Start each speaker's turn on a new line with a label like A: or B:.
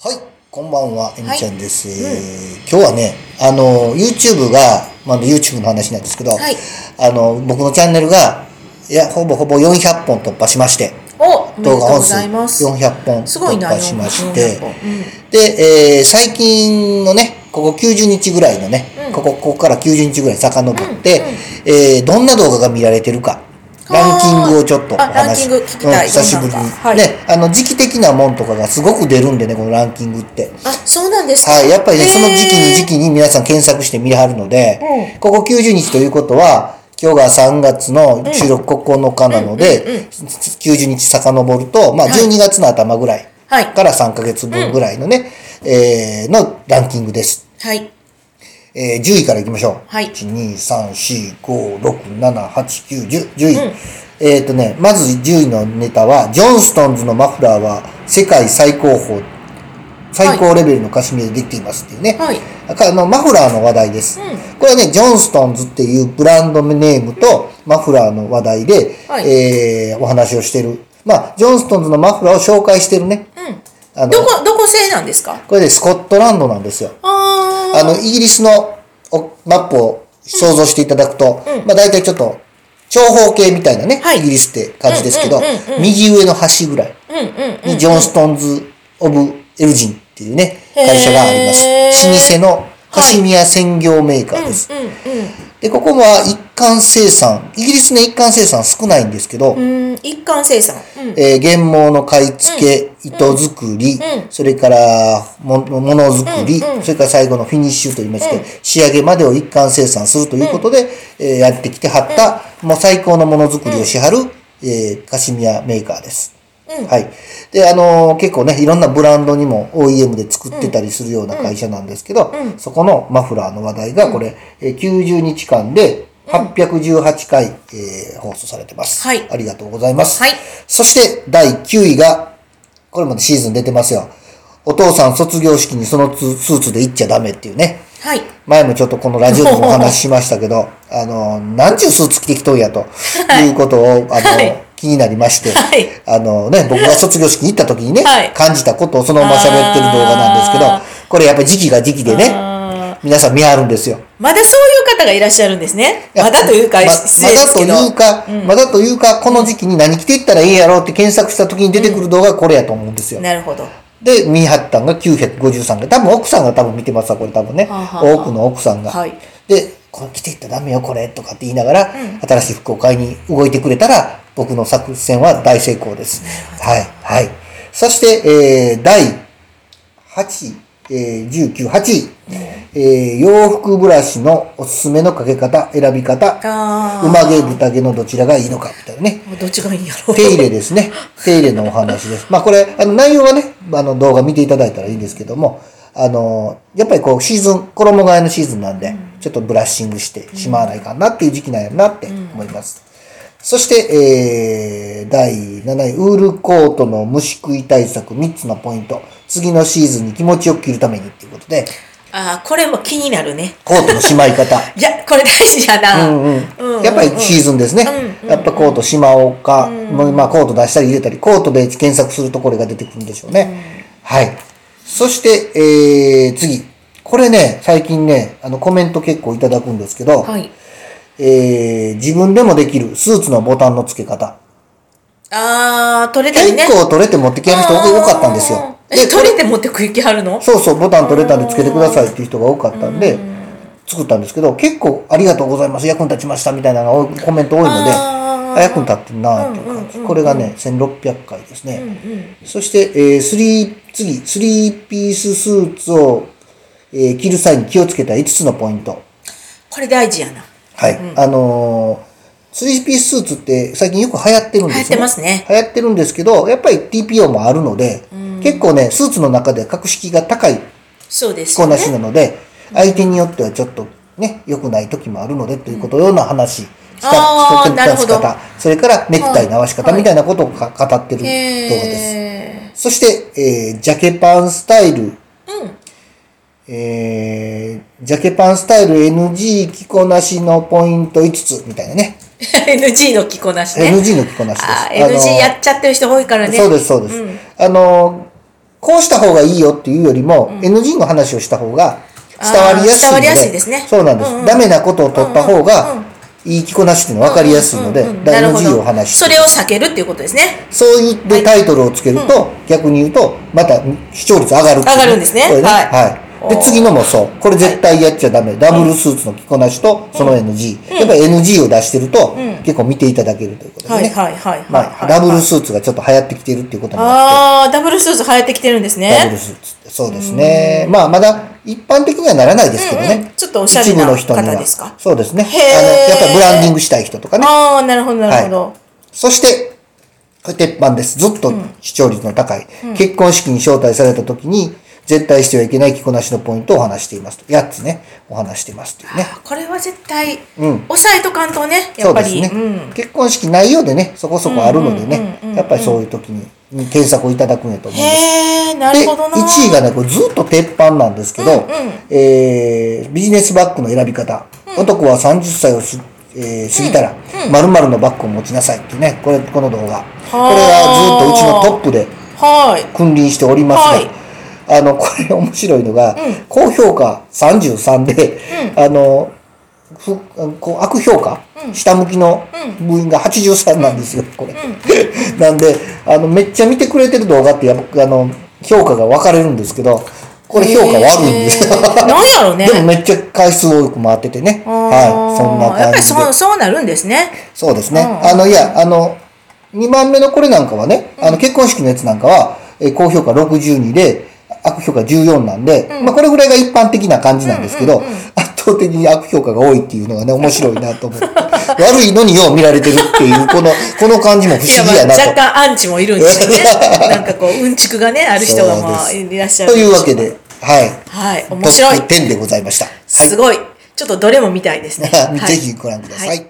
A: はい、こんばんは、えみちゃんです。えー今日はね、あの、YouTube が、まあ、YouTube の話なんですけど、
B: はい
A: あの、僕のチャンネルが、いや、ほぼほぼ400本突破しまして、
B: お、おめでとう
A: 動画
B: ご
A: 本数
B: ざいます。
A: 400本
B: すごい
A: 突
B: な、
A: 破しまして
B: 400、本。うん
A: で、えー最近のね、ここ90日ぐらいのね、
B: うん
A: ここ、ここから90日ぐらい遡って、
B: うんうん
A: えーどんな動画が見られてるか、
B: はー
A: ランキングをちょっとお
B: あランキ
A: 話
B: ング聞きたい
A: うん久しぶりに、
B: どんなんかはい
A: ね、あの、時期的なもんとかがすごく出るんでね、このランキングって。
B: あ、そうなんですか。
A: はい、やっぱりね、
B: へー
A: その時期に時期に皆さん検索して見はるので、ここ90日ということは、今日が3月の収録9日なので、
B: うんうんうん
A: 90日遡ると、まあ12月の頭ぐらい
B: はい
A: から3ヶ月分ぐらいのね、えーのランキングです。
B: はい。
A: えー10位からいきましょう。
B: はい
A: 1、2、3、4、5、6、7、8、9、10、10位。えっ、とね、まず10位のネタは、ジョンストーンズのマフラーは世界最高峰、最高レベルのカシミヤでできていますっていうね。
B: はい。
A: あのマフラーの話題です、
B: う
A: これはねジョンストンズっていうブランドネームとマフラーの話題で、
B: はい
A: えーお話をしてるまあジョンストンズのマフラーを紹介してるね
B: うん。
A: あの
B: どこ、どこ製なんですか
A: これでスコットランドなんですよ
B: あー
A: あのイギリスのおマップを想像していただくと、
B: うん
A: まあ大体ちょっと長方形みたいなね、
B: はい
A: イギリスって感じですけど、
B: うんうんうんうん
A: 右上の端ぐらい
B: うんうんう
A: に
B: ん。
A: ジョンストンズ・オブ・エルジンっていうね、会社がありま
B: へ
A: す。
B: ー
A: 老舗のカシミヤ専業メーカーです。
B: うん
A: で、ここは一貫生産。イギリスね、一貫生産少ないんですけど、
B: うんうん。うん、一貫生産。うん。
A: えー原毛の買い付け、糸作り、
B: うん
A: それからも、ものづくり、
B: うんうん
A: それから最後のフィニッシュといいまして、
B: うん
A: 仕上げまでを一貫生産するということで、えーやってきてはった、もう最高のものづくりをしはる、えーカシミヤメーカーです。
B: うん
A: はい。で、あのー結構ね、いろんなブランドにも OEM で作ってたりするような会社なんですけど、
B: うん
A: そこのマフラーの話題が、これ、えー90日間で818回、えー放送されてます。
B: はい
A: ありがとうございます。
B: はい
A: そして、第9位が、これまでシーズン出てますよ。お父さん卒業式にそのつスーツで行っちゃダメっていうね。
B: はい。
A: 前もちょっとこのラジオでもお話ししましたけど、あの、なんちゅうスーツ着てきとんやと、い、うことを、あの、
B: はい
A: 気になりまして、
B: はい
A: あのね、僕が卒業式に行った時にね、
B: はい
A: 感じたことをそのまま喋ってる動画なんですけ
B: あ
A: ど、これやっぱり時期が時期でね、
B: あー
A: 皆さん見張るんですよ。
B: まだそういう方がいらっしゃるんですね。まだというか、
A: ま
B: 失礼ですけ
A: ま
B: ど。
A: だというか、まだというか、この時期に何着ていったらいいやろうって検索した時に出てくる動画がこれやと思うんですよ。
B: なるほど。
A: で、ミーハッタンが953回。多分奥さんが多分見てますわ、これ多分ね。
B: はあはあはあ
A: 多くの奥さんが。
B: はい
A: で、これ着ていったらダメよ、これ、とかって言いながら、新しい服を買いに動いてくれたら、僕の作戦は大成功です。はい、はい。そして、えー、第8位、えー、19、8位、えー、洋服ブラシのおすすめのかけ方、選び方、
B: あ
A: うま毛、豚毛のどちらがいいのか、みたいなね。
B: あ。どっちがいいんやろう。
A: 手入れですね。手入れのお話です。まあこれ、あの内容はね、あの動画見ていただいたらいいんですけども、あの、やっぱりこうシーズン、衣替えのシーズンなんで、ちょっとブラッシングしてしまわないかなっていう時期なんやなって思います。そして、えー、第7位、ウールコートの虫食い対策3つのポイント。次のシーズンに気持ちよく着るためにっていうことで、
B: ああ、これも気になるね。
A: コートのしまい方。
B: じゃ、これ大事やな。
A: うん
B: う
A: うんん、やっぱりシーズンですね、やっぱコートしまおうか、まあ、コート出したり入れたりコートで検索するとこれが出てくるんでしょうね、はいそして、えー、次これね最近ねあのコメント結構いただくんですけど、
B: はい。
A: えー、自分でもできるスーツのボタンの付け方
B: ああ、取れたり
A: 結
B: ね。
A: 構取れて持ってきはる人
B: あー
A: 多かったんですよ
B: え、
A: でこ
B: 取れて持ってく行きはるの
A: そうそう、ボタン取れたんでつけてくださいっていう人が多かったんで、作ったんですけど、結構ありがとうございます、役に立ちましたみたいなのが多いコメント多いので、
B: あー
A: あ役に立ってんなっていう感じ。これがね、1600回です
B: うんう
A: ね。
B: ん。
A: そして、えー、スリー、次、スリーピーススーツを、えー着る際に気をつけた5つのポイント。
B: これ大事やな。
A: はい。あのースリーピーススーツって最近よく流行ってるんです
B: 流
A: ね。
B: 行ってますね
A: 流行ってるんですけど、やっぱり TPO もあるので、結構ね、スーツの中で格式が高い
B: そうです
A: 着こ
B: よ
A: な
B: ね。
A: しなので、相手によってはちょっとね、良くない時もあるのでということのような話、スタス
B: あー
A: トックの立ち
B: なるほ
A: 方、それからネクタイの合わせ
B: はい
A: 方
B: はい
A: みたいなことをか語ってる動画です。
B: へ
A: そして、えージャケパンスタイル、
B: ーうん。
A: えージャケパンスタイル NG 着こなしのポイント5つみたいなね、
B: NG の着こなしね。
A: NG の着こなしです。
B: あー
A: あのー
B: NG やっちゃってる人多いからね。
A: そうです、そうです。あのーこうした方がいいよっていうよりも、NG の話をした方が伝わりやすいので。
B: あー伝わりやすいですね
A: そうなんです。
B: うんうん
A: ダメなことを取った方が、
B: うんうんうん
A: いい着こなしっていうのは分かりやすいので、
B: うんうんうん
A: だ
B: なる
A: から
B: ほ
A: NG
B: ど
A: を話して
B: それを避けるっていうことですね。
A: そういうでタイトルをつけると、逆に言うと、また視聴率上がるっていう
B: 上がるんですね
A: これね
B: はい
A: はい。
B: お
A: で、
B: ー
A: 次のもそう。これ絶対やっちゃダメ。ダブルスーツの着こなしと、その NG。やっぱり NG を出してると、結構見ていただけるということ
B: は
A: で
B: い
A: すね。
B: はいはいはい、はい
A: まあ、ダブルスーツがちょっと流行ってきているっていうこともあっ
B: ああ、ダブルスーツ流行ってきてるんです
A: て、ダブ
B: ね
A: ル。スーツってそうですね。まあ、まだ一般的にはならないですけど
B: うんうん
A: ね。
B: ちょっとおしゃれな
A: 一部の人には
B: 方ですか
A: そうですね。あの、
B: へー
A: やっぱりブランディングしたい人とかね。
B: ああ、なるほどなるほど。
A: そして、これ鉄板です。ずっと視聴率の高い。結婚式に招待された時に、絶対してはいけない着こなしのポイントをお話していますと。8つね、お話していますというね。
B: これは絶対、
A: うん
B: 抑えとかんとね、や
A: そ
B: っ
A: う
B: ぱ
A: で
B: り。
A: すね、
B: うん
A: 結婚式内容でね、そこそこあるのでね、やっぱりそういう時に検索をいただくんやと思うんです。
B: へえ、な
A: で、
B: るほどな。
A: 1位がね、これずっと鉄板なんですけど、えービジネスバッグの選び方。男は30歳をし、えー過ぎたら、〇〇のバッグを持ちなさいってね、これ、この動画。これはずっとうちのトップで
B: はい。
A: 君臨しておりますが、
B: はい
A: あの、これ面白いのが、高評価33で、あの、ふこう悪評価、下向きの部員が83なんですよ、これ。 なんで、あの、めっちゃ見てくれてる動画ってやっぱ、あの、評価が分かれるんですけど、これ評価悪いんですよ。
B: へーなんやろうね。
A: でもめっちゃ回数多く回っててね。
B: あー
A: はい。そんな感じで。
B: やっぱりそうそうなるんですね。
A: そうですね。
B: うん
A: あの、いや、あの、2番目のこれなんかはね、あの、結婚式のやつなんかは、えー高評価62で、悪評価14なんで、まあ、これぐらいが一般的な感じなんですけど、圧倒的に悪評価が多いっていうのがね、面白いなと思って。 悪いのによう見られてるっていう、こ の、この感じも不思
B: い
A: 議や
B: やまあ
A: なと。
B: 若干アンチもいるんで すよね。なんかこう、うんちくがね、ある人がまあ、
A: そうです
B: いらっしゃる。
A: というわけ。で、はい。
B: はい、面白い
A: トッ。プ10でございました。
B: すごい。ちょっとどれも見たいですね。
A: はい。
B: はい
A: ぜひご覧くださ
B: はい